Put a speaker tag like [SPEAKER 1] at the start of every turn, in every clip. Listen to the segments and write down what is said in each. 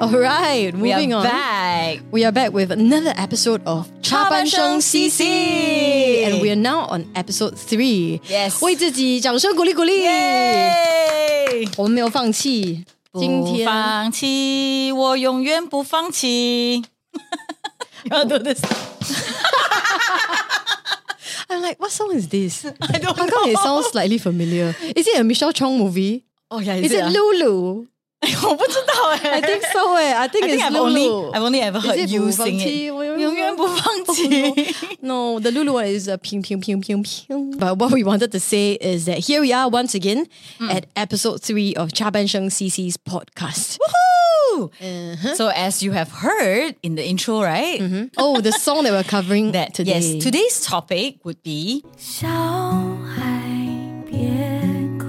[SPEAKER 1] All right,
[SPEAKER 2] We
[SPEAKER 1] moving
[SPEAKER 2] are
[SPEAKER 1] on.
[SPEAKER 2] back.
[SPEAKER 1] We are back with another episode of
[SPEAKER 2] Cha Ban Sheng CC.
[SPEAKER 1] and we are now on episode three.
[SPEAKER 2] Yes
[SPEAKER 1] 为自己掌声鼓励鼓励。
[SPEAKER 2] Yay!
[SPEAKER 1] 我们没有放弃。今天-
[SPEAKER 2] 不 放弃，我永远不放弃。要 do this.
[SPEAKER 1] I'm like, what song is this?
[SPEAKER 2] I don't
[SPEAKER 1] How come it sounds slightly familiar? Is it a Michelle Chong movie?
[SPEAKER 2] Oh yeah,
[SPEAKER 1] Is it Lulu?
[SPEAKER 2] 我不知道哎、
[SPEAKER 1] I think so. Eh. I think
[SPEAKER 2] I think
[SPEAKER 1] it's
[SPEAKER 2] I've only
[SPEAKER 1] Lulu.
[SPEAKER 2] I've only ever heard
[SPEAKER 1] is it
[SPEAKER 2] you
[SPEAKER 1] 不放
[SPEAKER 2] sing it.
[SPEAKER 1] 弃我
[SPEAKER 2] 永远不放弃。
[SPEAKER 1] No, the Lulu one is a ping ping ping ping ping. But what we wanted to say is that here we are once again
[SPEAKER 2] Mm.
[SPEAKER 1] at episode three of Cha Ban Sheng CC's podcast. Oh,
[SPEAKER 2] Woo!
[SPEAKER 1] Uh-huh.
[SPEAKER 2] So as you have heard in the intro, right?
[SPEAKER 1] oh, the song that we're covering
[SPEAKER 2] That
[SPEAKER 1] today.
[SPEAKER 2] yes, today's topic would be
[SPEAKER 3] 小孩别哭，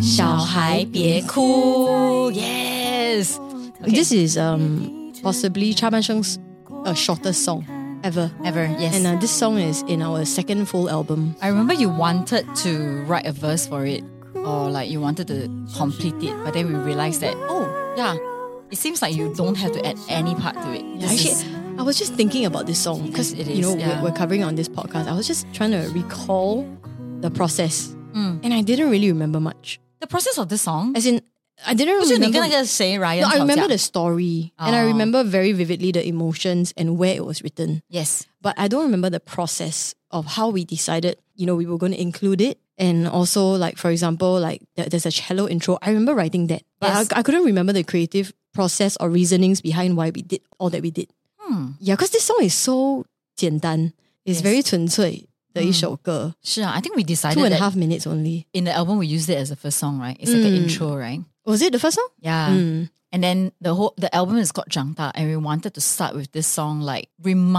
[SPEAKER 2] 小孩别哭. Yes.
[SPEAKER 1] This is um possibly Cha Ban Sheng's uh, shortest song ever.
[SPEAKER 2] Ever, yes.
[SPEAKER 1] And uh, this song is in our second full album.
[SPEAKER 2] I remember you wanted to write a verse for it, or like you wanted to complete it, but then we realized that oh yeah, it seems like you don't have to add any part to it. This
[SPEAKER 1] Actually,
[SPEAKER 2] is-
[SPEAKER 1] I was just thinking about this song because
[SPEAKER 2] It
[SPEAKER 1] you
[SPEAKER 2] is,
[SPEAKER 1] know we're-
[SPEAKER 2] yeah.
[SPEAKER 1] we're, covering on this podcast. I was just trying to recall the process,
[SPEAKER 2] Mm.
[SPEAKER 1] and I didn't really remember much.
[SPEAKER 2] the process of this song.
[SPEAKER 1] As in, I didn't remember.
[SPEAKER 2] Ryan?
[SPEAKER 1] no, I remember the story, and
[SPEAKER 2] Oh.
[SPEAKER 1] I remember very vividly the emotions and where it was written.
[SPEAKER 2] Yes.
[SPEAKER 1] But I don't remember the process of how we decided. You know, we were going to include it, and also like for example, like there- there's a cello intro. I remember writing that, but
[SPEAKER 2] Yes.
[SPEAKER 1] I, I couldn't remember the creative process or reasonings behind why we did all that we did.
[SPEAKER 2] Hmm.
[SPEAKER 1] Yeah, because this song is so 简单. It's
[SPEAKER 2] Yes.
[SPEAKER 1] very 纯粹的一首歌.
[SPEAKER 2] 是啊, I think we decided
[SPEAKER 1] Two and a
[SPEAKER 2] that
[SPEAKER 1] half Mm. minutes only.
[SPEAKER 2] in the album we used it as the first song, right? It's like an intro, right?
[SPEAKER 1] Was it the first song? Mm,
[SPEAKER 2] Yeah. And then the whole the album is called Jangta, and we wanted to start with this song, like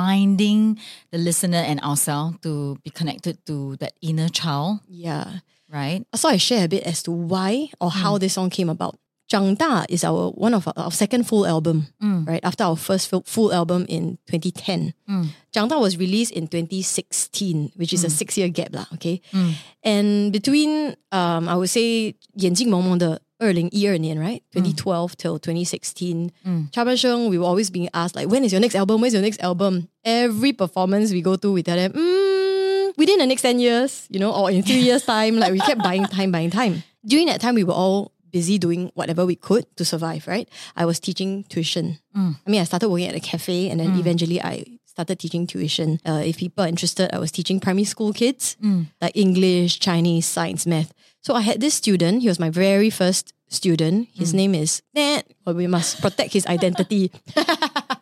[SPEAKER 2] reminding the listener and ourselves to be connected to that inner child,
[SPEAKER 1] Yeah.
[SPEAKER 2] right?
[SPEAKER 1] So I share a bit as to why or
[SPEAKER 2] Mm.
[SPEAKER 1] how this song came about. 长大 is our one of our, our second full album,
[SPEAKER 2] Mm.
[SPEAKER 1] right? After our first full, full album in 2010.
[SPEAKER 2] Mm.
[SPEAKER 1] 长大 was released in 2016, which is a six year gap lah, okay?
[SPEAKER 2] Mm.
[SPEAKER 1] And between, um, I would say 眼睛蒙蒙的2012年, right? 2012 till 2016. Cha Ban Sheng, we were always being asked like, when is your next album? When's your next album? Every performance we go to, we tell them, mm, within the next 10 years, you know, or in three years time, like we kept buying time, buying time. During that time, we were all busy doing whatever we could to survive, right? I was teaching tuition. I mean, I started working at a cafe and then eventually I started teaching tuition. Uh, if people are interested, I was teaching primary school kids, like English, Chinese, science, math. So I had this student, he was my very first student. His name is Nat. Well, we must protect his identity.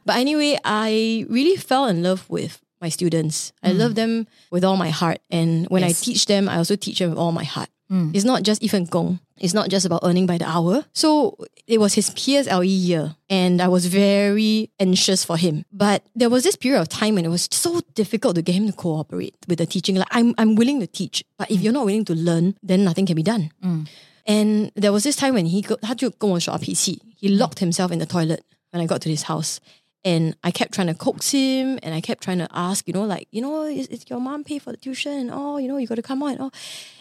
[SPEAKER 1] but anyway, I really fell in love with my students. I love them with all my heart. And when I teach them, I also teach them with all my heart. It's not just 一份工. It's not just about earning by the hour. So it was his PSLE E year, and I was very anxious for him. But there was this period of time when it was so difficult to get him to cooperate with the teaching. Like I'm, I'm willing to teach, but if you're not willing to learn, then nothing can be done. And there was this time when he go, 他就跟我耍脾气. He locked himself in the toilet when I got to his house. And I kept trying to coax him and I kept trying to ask, you know, like, you know, is, is your mom pay for the tuition and all, you know, you got to come on and all.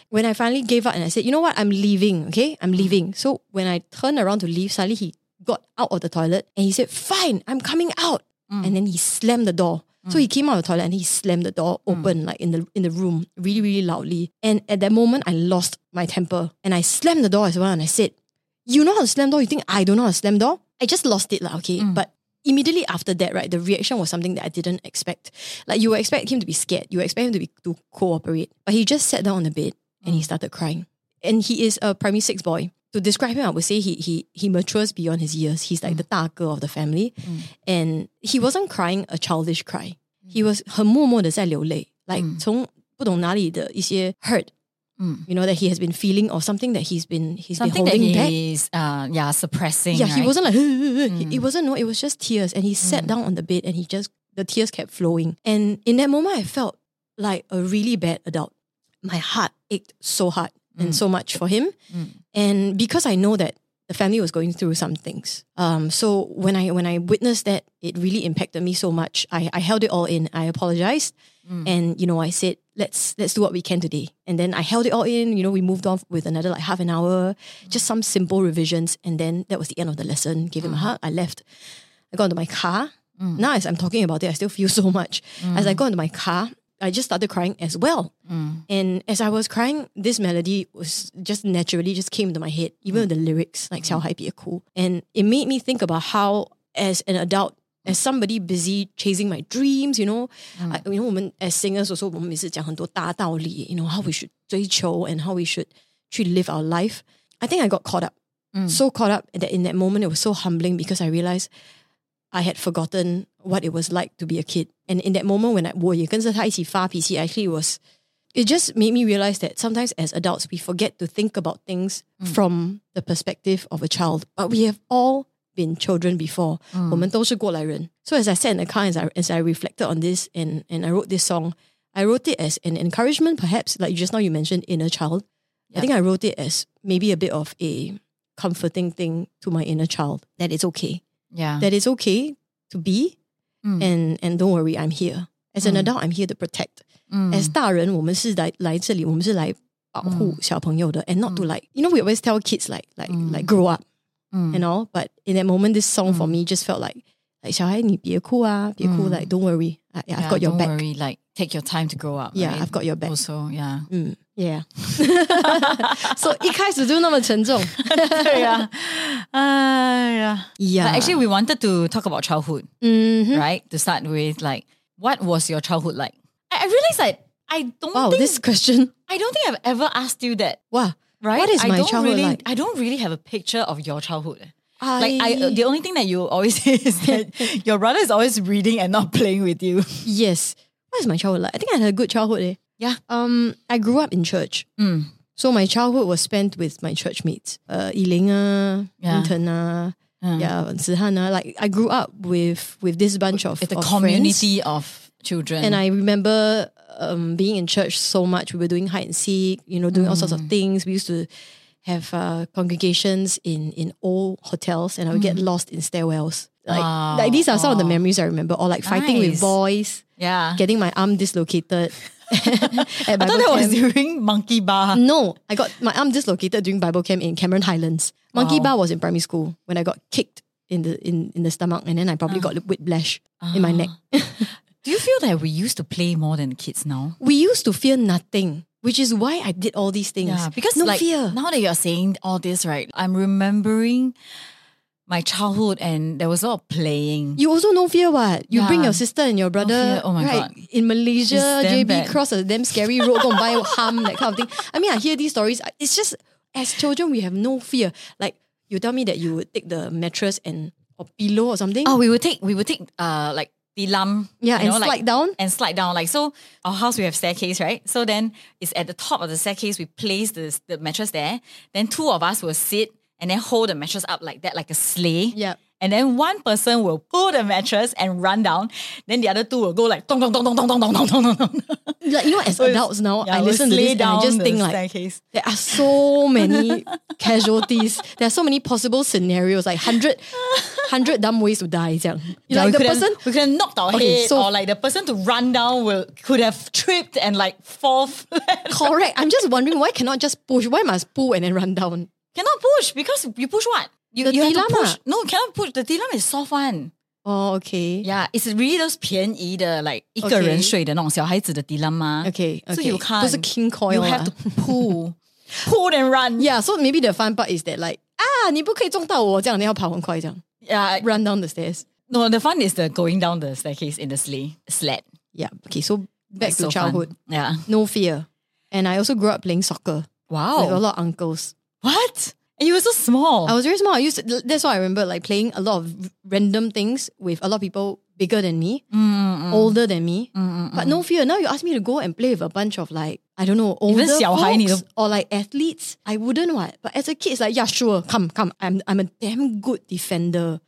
[SPEAKER 1] When I finally gave up and I said, you know what, I'm leaving, okay? I'm leaving. So when I turned around to leave, suddenly he got out of the toilet and he said, fine, I'm coming out. And then he slammed the door. So he came out of the toilet and he slammed the door open, like in the in the room, really, really loudly. And at that moment, I lost my temper and I slammed the door as well. And I said, "You know how to slam door? You think I don't know how to slam door? I just lost it, lah. Okay,
[SPEAKER 2] Mm.
[SPEAKER 1] but." Immediately after that, right, the reaction was something that I didn't expect. Like you would expect him to be scared, you would expect him to be to cooperate, but he just sat down on the bed and
[SPEAKER 2] Mm.
[SPEAKER 1] he started crying. And he is a primary six boy. To describe him, I would say he he he matures beyond his years. He's
[SPEAKER 2] Mm.
[SPEAKER 1] like the 大哥 of the family and he wasn't crying a childish cry.
[SPEAKER 2] Mm.
[SPEAKER 1] He was 很默默的在流泪, like 从不懂哪里的一些 hurt, you know that he has been feeling or something that he's been he's
[SPEAKER 2] Mm. Something
[SPEAKER 1] been
[SPEAKER 2] that
[SPEAKER 1] holding
[SPEAKER 2] he
[SPEAKER 1] back.
[SPEAKER 2] is uh yeah, suppressing.
[SPEAKER 1] Yeah, he
[SPEAKER 2] right?
[SPEAKER 1] wasn't like He- it wasn't no, it was just tears, and he sat down on the bed and he just the tears kept flowing. And in that moment, I felt like a really bad adult. My heart ached so hard and so much for him, and because I know that the family was going through some things. Um, so when I when I witnessed that, it really impacted me so much. I I held it all in. I apologized.
[SPEAKER 2] Mm.
[SPEAKER 1] And you know, I said, let's let's do what we can today. And then I held it all in. You know, we moved on with another like half an hour, just some simple revisions. And then that was the end of the lesson. Gave him a hug. I left. I got into my car. Now, as I'm talking about it, I still feel so much. As I got into my car, I just started crying as well.
[SPEAKER 2] Mm,
[SPEAKER 1] And as I was crying, this melody was just naturally just came to my head, even with the lyrics, like Xiao Hai Bie Ku. And it made me think about how, as an adult, as somebody busy chasing my dreams, you know, I, you know, 我们 as singers also 我们每次讲很多大道理，you know, how we should 追求 and how we should 去 live our life. I think I got caught up, so caught up that in that moment it was so humbling because I realized I had forgotten what it was like to be a kid. And in that moment when I 我也跟着他一起发脾气, actually it was it just made me realize that sometimes as adults we forget to think about things from the perspective of a child. But we have all been children before. 我们都是过来人. So as I sat in the car as I as I reflected on this and and I wrote this song, I wrote it as an encouragement, perhaps like just now you mentioned inner child. I think I wrote it as maybe a bit of a comforting thing to my inner child that it's okay Mm.
[SPEAKER 2] Yeah.
[SPEAKER 1] that it's okay to be and and don't worry I'm here as an adult I'm here to protect
[SPEAKER 2] Mm,
[SPEAKER 1] as 大人我们是来来这里我们是来保护小朋友的 and not to like you know we always tell kids like like
[SPEAKER 2] Mm。
[SPEAKER 1] like grow up and all but in that moment this song for me just felt like like 小孩你别哭啊别哭 like don't worry I, I've
[SPEAKER 2] Mm。 Yeah,
[SPEAKER 1] got your
[SPEAKER 2] don't
[SPEAKER 1] back
[SPEAKER 2] Worry, like take your time to grow up.
[SPEAKER 1] yeah
[SPEAKER 2] right?
[SPEAKER 1] I've got your back Mm.
[SPEAKER 2] Also, yeah.
[SPEAKER 1] yeah so 一开始就那么沉重
[SPEAKER 2] yeah. Uh, yeah.
[SPEAKER 1] yeah
[SPEAKER 2] But actually, we wanted to talk about childhood,
[SPEAKER 1] Mhm.
[SPEAKER 2] right? To start with, like, what was your childhood like? I, I realized that I don't
[SPEAKER 1] wow
[SPEAKER 2] think
[SPEAKER 1] this question
[SPEAKER 2] I don't think I've ever asked you that,
[SPEAKER 1] wow
[SPEAKER 2] right?
[SPEAKER 1] what is
[SPEAKER 2] I
[SPEAKER 1] my
[SPEAKER 2] don't
[SPEAKER 1] childhood
[SPEAKER 2] really,
[SPEAKER 1] like
[SPEAKER 2] I don't really have a picture of your childhood.
[SPEAKER 1] I,
[SPEAKER 2] Like I, the only thing that you always say is that your brother is always reading and not playing with you.
[SPEAKER 1] Yes. What is my childhood like? I think I had a good childhood. Eh?
[SPEAKER 2] Yeah.
[SPEAKER 1] Um, I grew up in church.
[SPEAKER 2] Hmm.
[SPEAKER 1] So my childhood was spent with my church mates. Uh, Yiling ah,
[SPEAKER 2] Yeah. Hmm.
[SPEAKER 1] Yingten ah, yeah, Zihan ah. Like I grew up with with this bunch of,
[SPEAKER 2] It's a
[SPEAKER 1] of friends.
[SPEAKER 2] community of children.
[SPEAKER 1] And I remember um, being in church so much. We were doing hide and seek, you know, doing all sorts of
[SPEAKER 2] Hmm.
[SPEAKER 1] things. We used to have uh, congregations in in old hotels, and I would get lost in stairwells. Like,
[SPEAKER 2] Hmm. Wow.
[SPEAKER 1] like these are some of the memories I remember, or like fighting
[SPEAKER 2] Nice.
[SPEAKER 1] with boys
[SPEAKER 2] yeah.
[SPEAKER 1] getting my arm dislocated. at
[SPEAKER 2] I
[SPEAKER 1] Bible
[SPEAKER 2] thought that was
[SPEAKER 1] camp.
[SPEAKER 2] during monkey bar.
[SPEAKER 1] no, I got my arm dislocated during Bible camp in Cameron Highlands. Monkey
[SPEAKER 2] Wow.
[SPEAKER 1] bar was in primary school when I got kicked in the in, in the stomach, and then I probably
[SPEAKER 2] Ah.
[SPEAKER 1] got whiplash in my neck.
[SPEAKER 2] Do you feel that we used to play more than kids now?
[SPEAKER 1] We used to fear nothing, which is why I did all these things.
[SPEAKER 2] Yeah, because
[SPEAKER 1] no
[SPEAKER 2] like
[SPEAKER 1] fear.
[SPEAKER 2] now that you're saying all this, right? I'm remembering my childhood, and there was a lot of playing.
[SPEAKER 1] You also no fear what? You bring
[SPEAKER 2] Yeah.
[SPEAKER 1] your sister and your brother
[SPEAKER 2] fear. Oh my
[SPEAKER 1] right,
[SPEAKER 2] God.
[SPEAKER 1] in Malaysia,
[SPEAKER 2] It's damn
[SPEAKER 1] JB
[SPEAKER 2] bad.
[SPEAKER 1] cross a damn scary road, go and buy harm, that kind of thing. I mean, I hear these stories. I- It's just as children we have no fear. Like you tell me that you would take the mattress and or pillow or something.
[SPEAKER 2] Oh, we would take we would take uh like the lump.
[SPEAKER 1] Yeah, and slide down.
[SPEAKER 2] And slide down. Like so our house we have staircase, right? So then it's at the top of the staircase, we place the, the mattress there. Then two of us will sit and then hold the mattress up like that, like a sleigh.
[SPEAKER 1] Yep.
[SPEAKER 2] And then one person will pull the mattress and run down. Then the other two will go like dong dong dong dong dong dong dong dong dong dong.
[SPEAKER 1] Like you know,
[SPEAKER 2] it's-
[SPEAKER 1] as adults now,
[SPEAKER 2] Yeah,
[SPEAKER 1] I
[SPEAKER 2] we'll
[SPEAKER 1] listen to
[SPEAKER 2] sleigh
[SPEAKER 1] this and I just
[SPEAKER 2] the
[SPEAKER 1] think like
[SPEAKER 2] staircase.
[SPEAKER 1] there are so many casualties. There are so many possible scenarios, like hundred hundred dumb ways to die. 这样.
[SPEAKER 2] Yeah,
[SPEAKER 1] like
[SPEAKER 2] we
[SPEAKER 1] the
[SPEAKER 2] could have-
[SPEAKER 1] person
[SPEAKER 2] we could have knocked our
[SPEAKER 1] Okay,
[SPEAKER 2] head
[SPEAKER 1] so-
[SPEAKER 2] or like the person to run down will could have tripped and like fall flat.
[SPEAKER 1] correct. I'm just wondering why cannot just push? Why must pull and then run down?
[SPEAKER 2] Cannot push because you push what? You,
[SPEAKER 1] The
[SPEAKER 2] you have to
[SPEAKER 1] tilam
[SPEAKER 2] push.
[SPEAKER 1] ah.
[SPEAKER 2] No, cannot push. The tilam is soft one.
[SPEAKER 1] Oh, okay.
[SPEAKER 2] Yeah, it's really those 便宜的 like
[SPEAKER 1] Okay.
[SPEAKER 2] 一个人睡的那种小孩子的 tilam 嘛.
[SPEAKER 1] Okay,
[SPEAKER 2] So
[SPEAKER 1] okay.
[SPEAKER 2] you can't.
[SPEAKER 1] 都是 king coil ah.
[SPEAKER 2] You have to pull, pull and run.
[SPEAKER 1] Yeah, so maybe the fun part is that like ah, 你不可以撞到我这样，你要跑很快这样
[SPEAKER 2] yeah.
[SPEAKER 1] run down the stairs.
[SPEAKER 2] No, the fun is the going down the staircase in the sleigh sled.
[SPEAKER 1] Yeah. Okay, so back
[SPEAKER 2] It's so
[SPEAKER 1] to
[SPEAKER 2] fun.
[SPEAKER 1] childhood,
[SPEAKER 2] Yeah.
[SPEAKER 1] no fear, and I also grew up playing soccer with a Oh.
[SPEAKER 2] Wow.
[SPEAKER 1] lot of uncles.
[SPEAKER 2] What? And you were so small.
[SPEAKER 1] I was very small. I used to, that's why I remember like playing a lot of random things with a lot of people bigger than me,
[SPEAKER 2] Mm,
[SPEAKER 1] older than me, but no fear. Now you ask me to go and play with a bunch of like I don't know older
[SPEAKER 2] Even 小孩你都-
[SPEAKER 1] folks or like athletes. I wouldn't what, but as a kid, it's like yeah, sure, come, come. I'm I'm a damn good defender.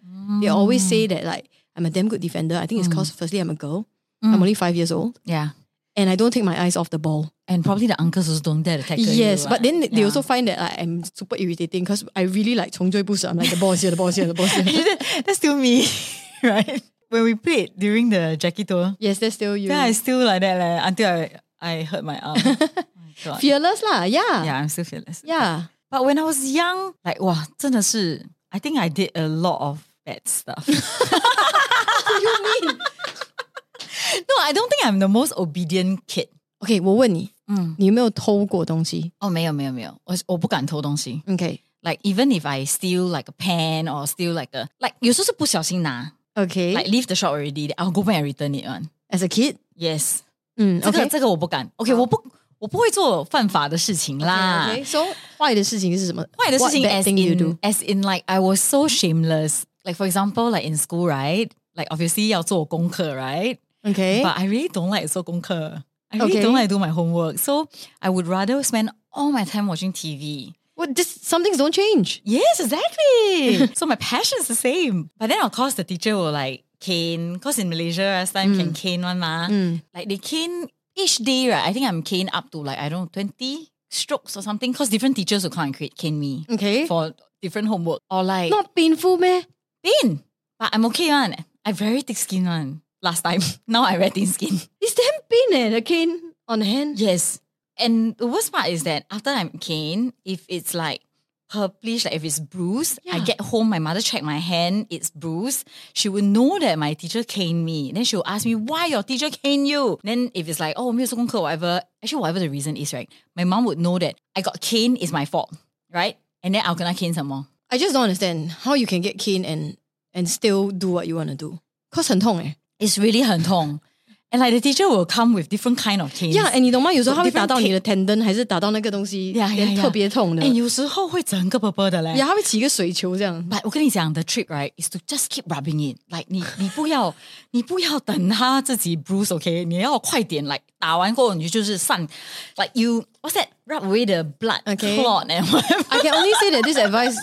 [SPEAKER 1] They
[SPEAKER 2] Mm.
[SPEAKER 1] always say that like I'm a damn good defender. I think it's because firstly I'm a girl.
[SPEAKER 2] Mm.
[SPEAKER 1] I'm only five years old,
[SPEAKER 2] yeah.
[SPEAKER 1] and I don't take my eyes off the ball.
[SPEAKER 2] And probably the uncles also don't dare to tackle you.
[SPEAKER 1] Yes,
[SPEAKER 2] ah.
[SPEAKER 1] but then they
[SPEAKER 2] Yeah.
[SPEAKER 1] also find that like, I'm super irritating because I really like 穷追不舍. I'm like the ball is here, the ball is here, the ball is here.
[SPEAKER 2] That's still me, right? when we played during the Jackie tour,
[SPEAKER 1] Yes, that's still you.
[SPEAKER 2] yeah, I still like that like, until I I hurt my arm. Oh my God.
[SPEAKER 1] Fearless lah. Yeah.
[SPEAKER 2] Yeah, I'm still fearless.
[SPEAKER 1] Yeah.
[SPEAKER 2] But when I was young, like wow, 真的是 I think I did a lot of bad stuff. no,
[SPEAKER 1] you mean?
[SPEAKER 2] I don't think I'm the most obedient kid.
[SPEAKER 1] Okay, 我问你，
[SPEAKER 2] 嗯。
[SPEAKER 1] 你有没有偷过东西？
[SPEAKER 2] Oh, 没有没有没有，我我不敢偷东西。
[SPEAKER 1] Okay.
[SPEAKER 2] Like even if I steal like a pen or steal like a like 有时候是不小心拿
[SPEAKER 1] Okay.
[SPEAKER 2] like leave the shop already, I'll go back and return it one.
[SPEAKER 1] As a kid?
[SPEAKER 2] Yes.
[SPEAKER 1] 嗯
[SPEAKER 2] 这个
[SPEAKER 1] okay.
[SPEAKER 2] 这个我不敢。OK，
[SPEAKER 1] 好
[SPEAKER 2] 我不我不会做犯法的事情啦。
[SPEAKER 1] Okay, okay. So 坏的事情是什么？
[SPEAKER 2] 坏的事
[SPEAKER 1] What
[SPEAKER 2] 情 as
[SPEAKER 1] bad
[SPEAKER 2] in
[SPEAKER 1] thing you do?
[SPEAKER 2] as in like I was so shameless. Like for example, like in school, right? Like obviously 要做功课，right?
[SPEAKER 1] Okay.
[SPEAKER 2] But I really don't like 做功课。I really
[SPEAKER 1] Eh? Okay.
[SPEAKER 2] don't like do my homework. So I would rather spend all my time watching TV.
[SPEAKER 1] Well, just some things don't change.
[SPEAKER 2] Yes, exactly. so my passion's the same. But then of course the teacher will like cane. Because in Malaysia last time
[SPEAKER 1] Mm.
[SPEAKER 2] can cane one ma. Like they cane each day, right? I think I'm cane up to like, I don't know, 20 strokes or something. Because different teachers will come and create cane me
[SPEAKER 1] Okay.
[SPEAKER 2] for different homework. Or like
[SPEAKER 1] Not painful meh?
[SPEAKER 2] pain. But I'm okay one. I very thick skin one. Last time. now I very thin skin.
[SPEAKER 1] It's damn pain eh, the cane on hand.
[SPEAKER 2] Yes. And the worst part is that after I'm cane, if it's like purplish, like if it's bruised, I
[SPEAKER 1] Yeah.
[SPEAKER 2] get home, my mother check my hand, it's bruised. She would know that my teacher cane me. Then she'll ask me, why your teacher cane you? Then if it's like, oh, 没有做功课, whatever, actually, whatever the reason is, right? My mom would know that I got cane is my fault, right? And then I'll gonna cane some more.
[SPEAKER 1] I just don't understand how you can get cane and and still do what you want to do. Cause 很痛 eh.
[SPEAKER 2] It's really 很痛. and like the teacher will come with different kind of canes.
[SPEAKER 1] Yeah, and 你懂吗？有时候它会打到你的
[SPEAKER 2] different
[SPEAKER 1] tendon 还是打到那个东西
[SPEAKER 2] Yeah, yeah, yeah.
[SPEAKER 1] 特别痛的。
[SPEAKER 2] and 有时候会整个啵啵的嘞。
[SPEAKER 1] Yeah, 它会起一个水球这样。
[SPEAKER 2] But 我跟你讲, the trick right is to just keep rubbing it. Like 你-你不要-你不要等它自己 bruise, okay? 你要快点, like 打完过后你就是散- like you what's that? Rub away the blood
[SPEAKER 1] Okay.
[SPEAKER 2] clot and whatever.
[SPEAKER 1] I can only say that this advice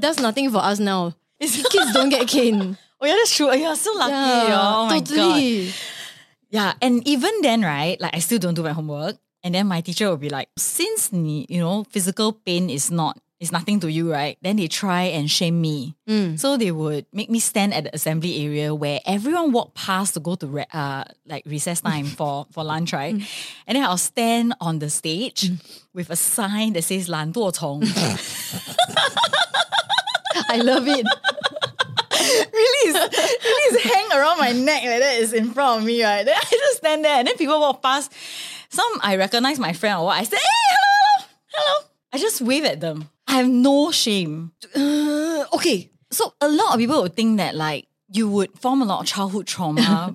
[SPEAKER 1] does nothing for us now. Kids don't get cane.
[SPEAKER 2] Oh yeah, that's true. Oh, you're so lucky. oh my god.
[SPEAKER 1] totally.
[SPEAKER 2] Yeah, and even then, right? Like I still don't do my homework, and then my teacher will be like, since 你 you know physical pain is not is nothing to you, right? Then they try and shame me. So they would make me stand at the assembly area where everyone walked past to go to re- uh, like recess time for, for lunch, right? And then I'll stand on the stage with a sign that says 懒惰虫.
[SPEAKER 1] I love it.
[SPEAKER 2] really, is, really is hang around my neck like that is in front of me, right? Then I just stand there and then people walk past. Some I recognize my friend or what. I say, hey, hello, hello. I just wave at them. I have no shame.
[SPEAKER 1] Uh, okay.
[SPEAKER 2] So a lot of people would think that like you would form a lot of childhood trauma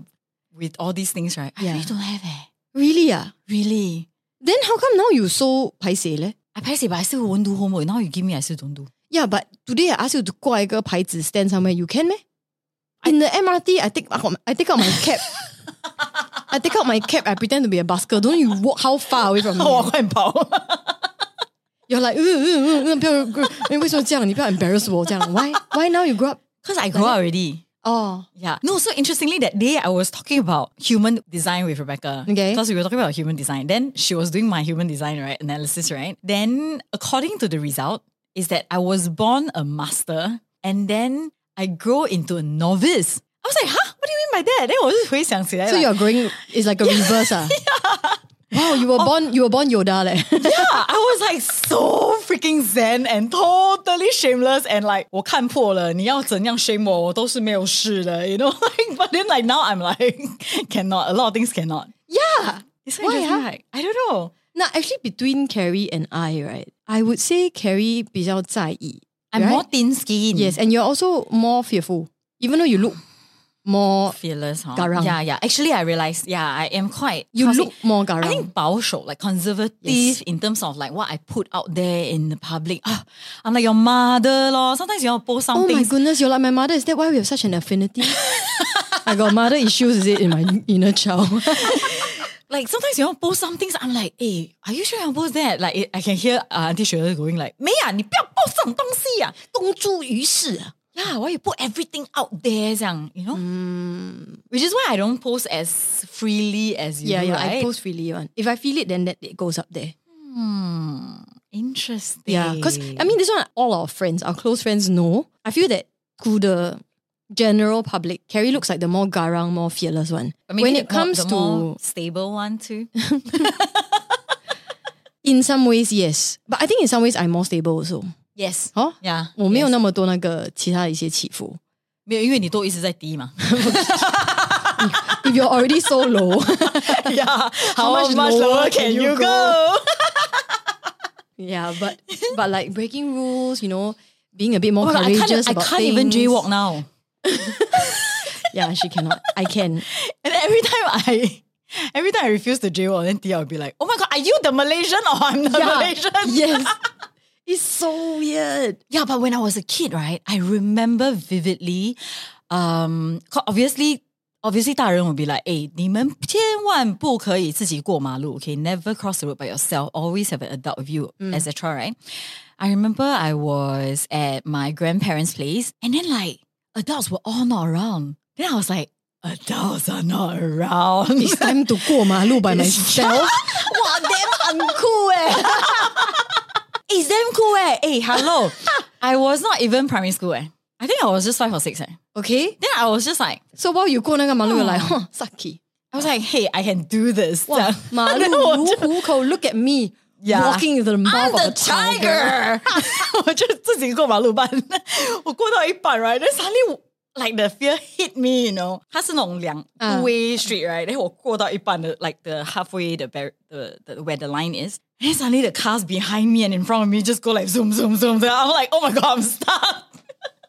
[SPEAKER 2] with all these things, right? I
[SPEAKER 1] Yeah.
[SPEAKER 2] really don't have eh.
[SPEAKER 1] Really? Ah.
[SPEAKER 2] Really.
[SPEAKER 1] Then how come now you so paiseh leh?
[SPEAKER 2] I pass it, but I still won't do homework. Now you give me, I still don't do.
[SPEAKER 1] Yeah, but today I ask you to 挂一个牌子 stand somewhere. You can meh? In the MRT, I take I take out my cap. I take out my cap. I pretend to be a busker. Don't you walk how far away from me? You're like, 嗯嗯嗯嗯，不要，为什么这样？你不要 embarrass 我这样。Why why now you grow up?
[SPEAKER 2] Because I grew up already.
[SPEAKER 1] Oh,
[SPEAKER 2] Yeah. No, so interestingly, that day I was talking about human design with Rebecca.
[SPEAKER 1] Okay.
[SPEAKER 2] Because we were talking about human design. Then she was doing my human design, right? Analysis, right? Then, according to the result, is that I was born a master and then I grow into a novice. I was like, huh? What do you mean by that? Then 我就回想起来
[SPEAKER 1] so
[SPEAKER 2] like,
[SPEAKER 1] you're growing is like a reverse ah. Wow, you
[SPEAKER 2] Oh.
[SPEAKER 1] were born you were born Yoda leh.
[SPEAKER 2] yeah, I was like so freaking zen and totally shameless and like 我看破了，你要怎样 shame 我，我都是没有事的 you know. Like, but then like now I'm like cannot a lot of things cannot.
[SPEAKER 1] yeah.
[SPEAKER 2] It's
[SPEAKER 1] Why,
[SPEAKER 2] Why,
[SPEAKER 1] ah?
[SPEAKER 2] like, I don't know.
[SPEAKER 1] Now actually between Carrie and I right, I would say Carrie 比较在意.
[SPEAKER 2] I'm
[SPEAKER 1] right?
[SPEAKER 2] more thin skinned.
[SPEAKER 1] yes, and you're also more fearful, even though you look more
[SPEAKER 2] fearless. Huh?
[SPEAKER 1] Garang.
[SPEAKER 2] Yeah, yeah. Actually, I realized. Yeah, I am quite.
[SPEAKER 1] you
[SPEAKER 2] cause
[SPEAKER 1] look more
[SPEAKER 2] I
[SPEAKER 1] garang.
[SPEAKER 2] think 保守, like conservative in terms of like what I put out there in the public. Ah, I'm like your mother, lor. Sometimes you all post
[SPEAKER 1] Oh
[SPEAKER 2] something.
[SPEAKER 1] my goodness, you're like my mother. Is that why we have such an affinity? I got mother issues. Is it in my inner child?
[SPEAKER 2] like sometimes you all post some things. I'm like, hey, are you sure you want to post that? Like it, I can hear uh, Auntie Shirley going like, Maya, 你不要 post 这种东西啊，公诸于世啊。Yeah, why you put everything out there, 这样, you
[SPEAKER 1] Mm.
[SPEAKER 2] know? Which is why I don't post as freely as you
[SPEAKER 1] yeah,
[SPEAKER 2] do,
[SPEAKER 1] yeah.
[SPEAKER 2] right?
[SPEAKER 1] I post freely one. If I feel it, then that it goes up there.
[SPEAKER 2] Interesting.
[SPEAKER 1] Yeah, because I mean, this one, all our friends, our close friends know. I feel that through the general public, Carrie looks like the more garang, more fearless one.
[SPEAKER 2] But maybe
[SPEAKER 1] when
[SPEAKER 2] the
[SPEAKER 1] it
[SPEAKER 2] more-
[SPEAKER 1] comes
[SPEAKER 2] the
[SPEAKER 1] to,
[SPEAKER 2] more stable one too.
[SPEAKER 1] in some ways, yes, but I think in some ways I'm more stable also.
[SPEAKER 2] yes. Oh,
[SPEAKER 1] Huh?
[SPEAKER 2] Yeah.
[SPEAKER 1] 我没有那么多那个其他的一些起伏。
[SPEAKER 2] 没有，因为你都一直在低嘛。
[SPEAKER 1] If you're already so low,
[SPEAKER 2] yeah. How,
[SPEAKER 1] much lower can you go?
[SPEAKER 2] go?
[SPEAKER 1] yeah. But but like breaking rules, you know, being a bit more
[SPEAKER 2] Oh, I can't,
[SPEAKER 1] courageous
[SPEAKER 2] I
[SPEAKER 1] about
[SPEAKER 2] can't even
[SPEAKER 1] things.
[SPEAKER 2] jaywalk now.
[SPEAKER 1] Yeah, she cannot. I can.
[SPEAKER 2] And every time I every time I refuse to jaywalk, then Tia will be like, oh my god, are you the Malaysian or I'm the Malaysian?
[SPEAKER 1] yes. It's so weird.
[SPEAKER 2] Yeah, but when I was a kid, right, I remember vividly. Um, co- obviously, obviously, 大人 will be like, "Hey, 你们千万不可以自己过马路. Okay, never cross the road by yourself. Always have an adult with you, etc." Right? I remember I was at my grandparents' place, and then like adults were all not around. Then I was like, "Adults are not around."
[SPEAKER 1] It's time to go malu by myself.
[SPEAKER 2] Wow, damn uncool eh. it's damn cool eh. Hey, hello. I was not even primary school eh. I think I was just five or six eh.
[SPEAKER 1] Okay?
[SPEAKER 2] Then I was just like,
[SPEAKER 1] So while you go 那个马路, you're like, huh, sucky.
[SPEAKER 2] I was like, hey, I can do this.
[SPEAKER 1] Wow,
[SPEAKER 2] Then 我就-
[SPEAKER 1] 马路如虎口, look at me.
[SPEAKER 2] Yeah.
[SPEAKER 1] Walking into the mouth
[SPEAKER 2] I'm
[SPEAKER 1] of a
[SPEAKER 2] the tiger. 我就自己过马路半，我过到一半 right, then suddenly like the fear hit me, you know. 它是那种两
[SPEAKER 1] Ah.
[SPEAKER 2] two way street right, then 我过到一半的 like the halfway the, bar- the the where the line is. And then suddenly the cars behind me and in front of me just go like zoom zoom zoom. zoom. I'm like, oh my god, I'm stuck.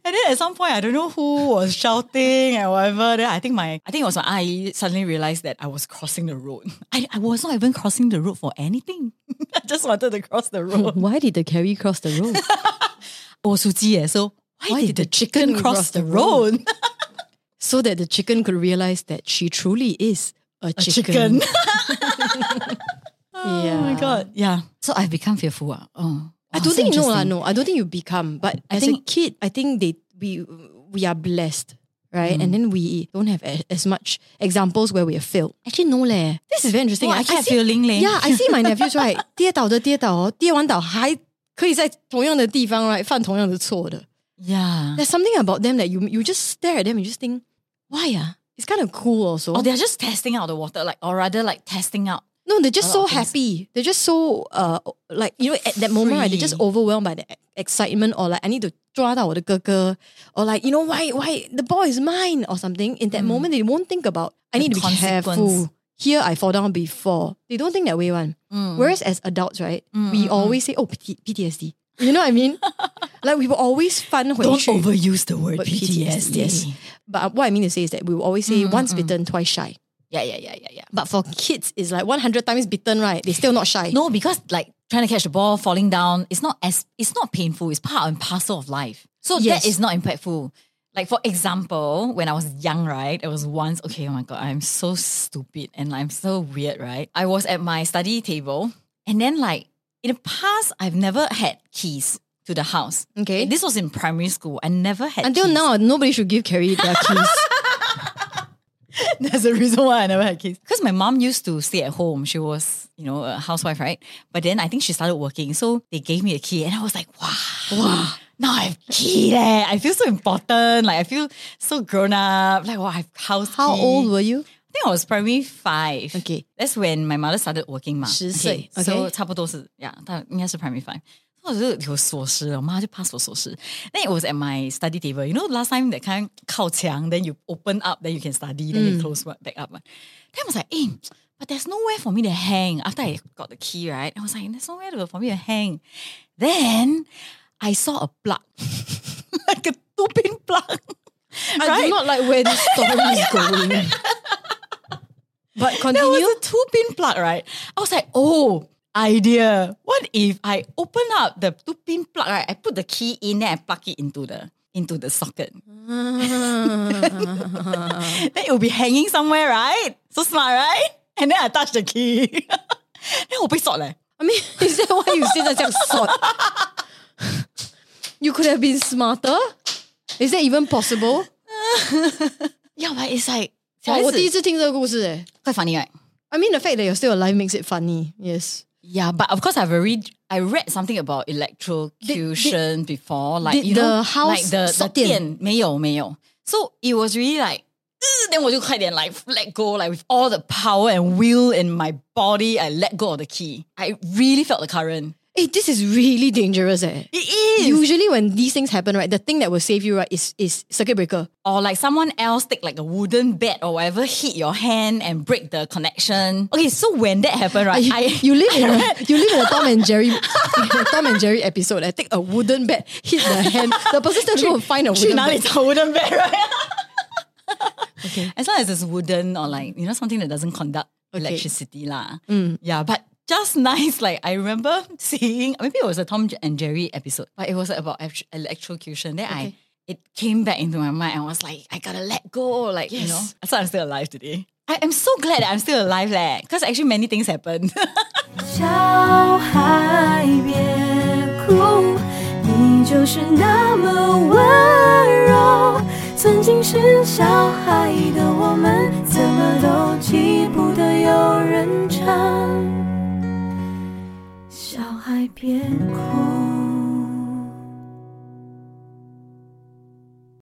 [SPEAKER 2] And then at some point, I don't know who was shouting and whatever. Then I think my, I think it was my auntie suddenly realized that I was crossing the road. I, I was not even crossing the road for anything. I just wanted to cross the road.
[SPEAKER 1] Why did the carry cross the road?
[SPEAKER 2] Oh, Suji, eh? so why, did, the chicken, cross, the road?
[SPEAKER 1] so that the chicken could realize that she truly is a,
[SPEAKER 2] Chicken.
[SPEAKER 1] Yeah.
[SPEAKER 2] oh my god. Yeah. So I've become fearful. ah. Oh.
[SPEAKER 1] I don't think no lah, no. I don't think you become. But as
[SPEAKER 2] think-
[SPEAKER 1] a kid, I think they we we are blessed, right? And then we don't have as, as much examples where we have failed. Actually, no leh. This is very interesting.
[SPEAKER 2] Oh, I kept feeling leh.
[SPEAKER 1] Yeah, I see my nephews right. 跌倒的跌倒，跌完倒还可以在同样的地方 right 犯同样的错的。
[SPEAKER 2] Yeah.
[SPEAKER 1] There's something about them that you you just stare at them and you just think, why ah? It's kind of cool also.
[SPEAKER 2] Or they're Oh, just testing out the water, like or rather like testing out.
[SPEAKER 1] No, they're just
[SPEAKER 2] a lot
[SPEAKER 1] so
[SPEAKER 2] of things.
[SPEAKER 1] happy. They're just so uh like you know at that moment right, they're just
[SPEAKER 2] Free.
[SPEAKER 1] overwhelmed by the e- excitement or like I need to draw out the girl or like you know why why the ball is mine or something.
[SPEAKER 2] Mm.
[SPEAKER 1] In that moment, they won't think about I
[SPEAKER 2] The
[SPEAKER 1] need to be careful.
[SPEAKER 2] consequence.
[SPEAKER 1] Here I fall down before. They don't think that way one.
[SPEAKER 2] Mm. Hmm.
[SPEAKER 1] Whereas as adults, right, we always say oh PT- PTSD. You know what I mean? like we will always fun when
[SPEAKER 2] Don't overuse the word
[SPEAKER 1] But
[SPEAKER 2] PTSD.
[SPEAKER 1] yes. But uh, what I mean to say is that we will always
[SPEAKER 2] Mm,
[SPEAKER 1] say once bitten, twice shy.
[SPEAKER 2] Yeah, yeah, yeah, yeah, yeah.
[SPEAKER 1] But for kids, it's like 100 times bitten, right? They're still not shy.
[SPEAKER 2] No, because like trying to catch the ball, falling down, it's not as it's not painful. It's part and parcel of life. So
[SPEAKER 1] Yes.
[SPEAKER 2] that is not impactful. Like for example, when I was young, right, it was once okay. Oh my god, I'm so stupid and I'm so weird, right? I was at my study table, and then like in the past, I've never had keys to the house.
[SPEAKER 1] Okay.
[SPEAKER 2] this was in primary school. I never had
[SPEAKER 1] Until
[SPEAKER 2] keys.
[SPEAKER 1] now, nobody should give Carrie their keys.
[SPEAKER 2] That's the reason why I never had kids. Because my mom used to stay at home. She was, you know, a housewife, right? But then I think she started working. So they gave me a key and I was like, wow, wow, now I have key there. I feel so important. Like I feel so grown up. Like, wow, I have house
[SPEAKER 1] How
[SPEAKER 2] key.
[SPEAKER 1] old were you?
[SPEAKER 2] I think I was primary five.
[SPEAKER 1] Okay.
[SPEAKER 2] That's when my mother started working 嘛。
[SPEAKER 1] 10岁
[SPEAKER 2] Okay, So
[SPEAKER 1] okay.
[SPEAKER 2] 差不多是 yeah, 大应该是 primary five. So 我就有锁匙，我妈就怕锁锁匙。Then it was at my study table. You know last time that kind 靠墙 then you open up, then you can study, then
[SPEAKER 1] Mm.
[SPEAKER 2] you close back up. Then I was like, eh, but there's nowhere for me to hang. After I got the key, right? I was like, there's nowhere to- for me to hang. Then I saw a plug, like a two-pin plug.
[SPEAKER 1] I do
[SPEAKER 2] Right?
[SPEAKER 1] not like where this story is going. But
[SPEAKER 2] There
[SPEAKER 1] continue.
[SPEAKER 2] was a two pin plug, right? I was like, oh, idea. What if I open up the two pin plug, right? I put the key in and I plug it into the into the socket. then it will be hanging somewhere, right? So smart, right? And then I touch the key. then 我被 leh.
[SPEAKER 1] I mean, is that why you say that just sort? You could have been smarter. Is that even possible?
[SPEAKER 2] Yeah, but it's like
[SPEAKER 1] 哇
[SPEAKER 2] 小孩子
[SPEAKER 1] 我第一次听这个故事诶。
[SPEAKER 2] quite funny, right?
[SPEAKER 1] I mean, the fact that you're still alive makes it funny. Yes.
[SPEAKER 2] Yeah, but of course I've already I read something about electrocution before, like
[SPEAKER 1] did
[SPEAKER 2] you know,
[SPEAKER 1] the house
[SPEAKER 2] like the, the
[SPEAKER 1] 烧电？
[SPEAKER 2] 电没有没有 So it was really like, "Ugh," then 我就快点 like let go, like with all the power and will in my body, I let go of the key. I really felt the current.
[SPEAKER 1] Hey, Eh, this is really dangerous. Eh.
[SPEAKER 2] It is.
[SPEAKER 1] Usually when these things happen, right, the thing that will save you, right, is is circuit breaker.
[SPEAKER 2] or like someone else take like a wooden bat or whatever, hit your hand and break the connection. Okay, so when that happened, right?
[SPEAKER 1] you,
[SPEAKER 2] I,
[SPEAKER 1] you live in a, you live in a Tom and Jerry Tom and Jerry episode. I take a wooden bat, hit the hand. The person still trying to find a wooden bat.
[SPEAKER 2] a wooden bat, right? As long as it's wooden or like, you know, something that doesn't conduct electricity. lah. Yeah, but just nice, like I remember seeing, maybe it was a Tom and Jerry episode, but it was about elect- electrocution. Then I, it came back into my mind. I was like, I gotta let go. Like, you know, that's why I'm still alive today. I am so glad that I'm still alive, leh. Because actually many things happened.
[SPEAKER 3] 小孩别哭，你就是那么温柔。曾经是小孩的我们，怎么都记不得有人唱。小孩别哭。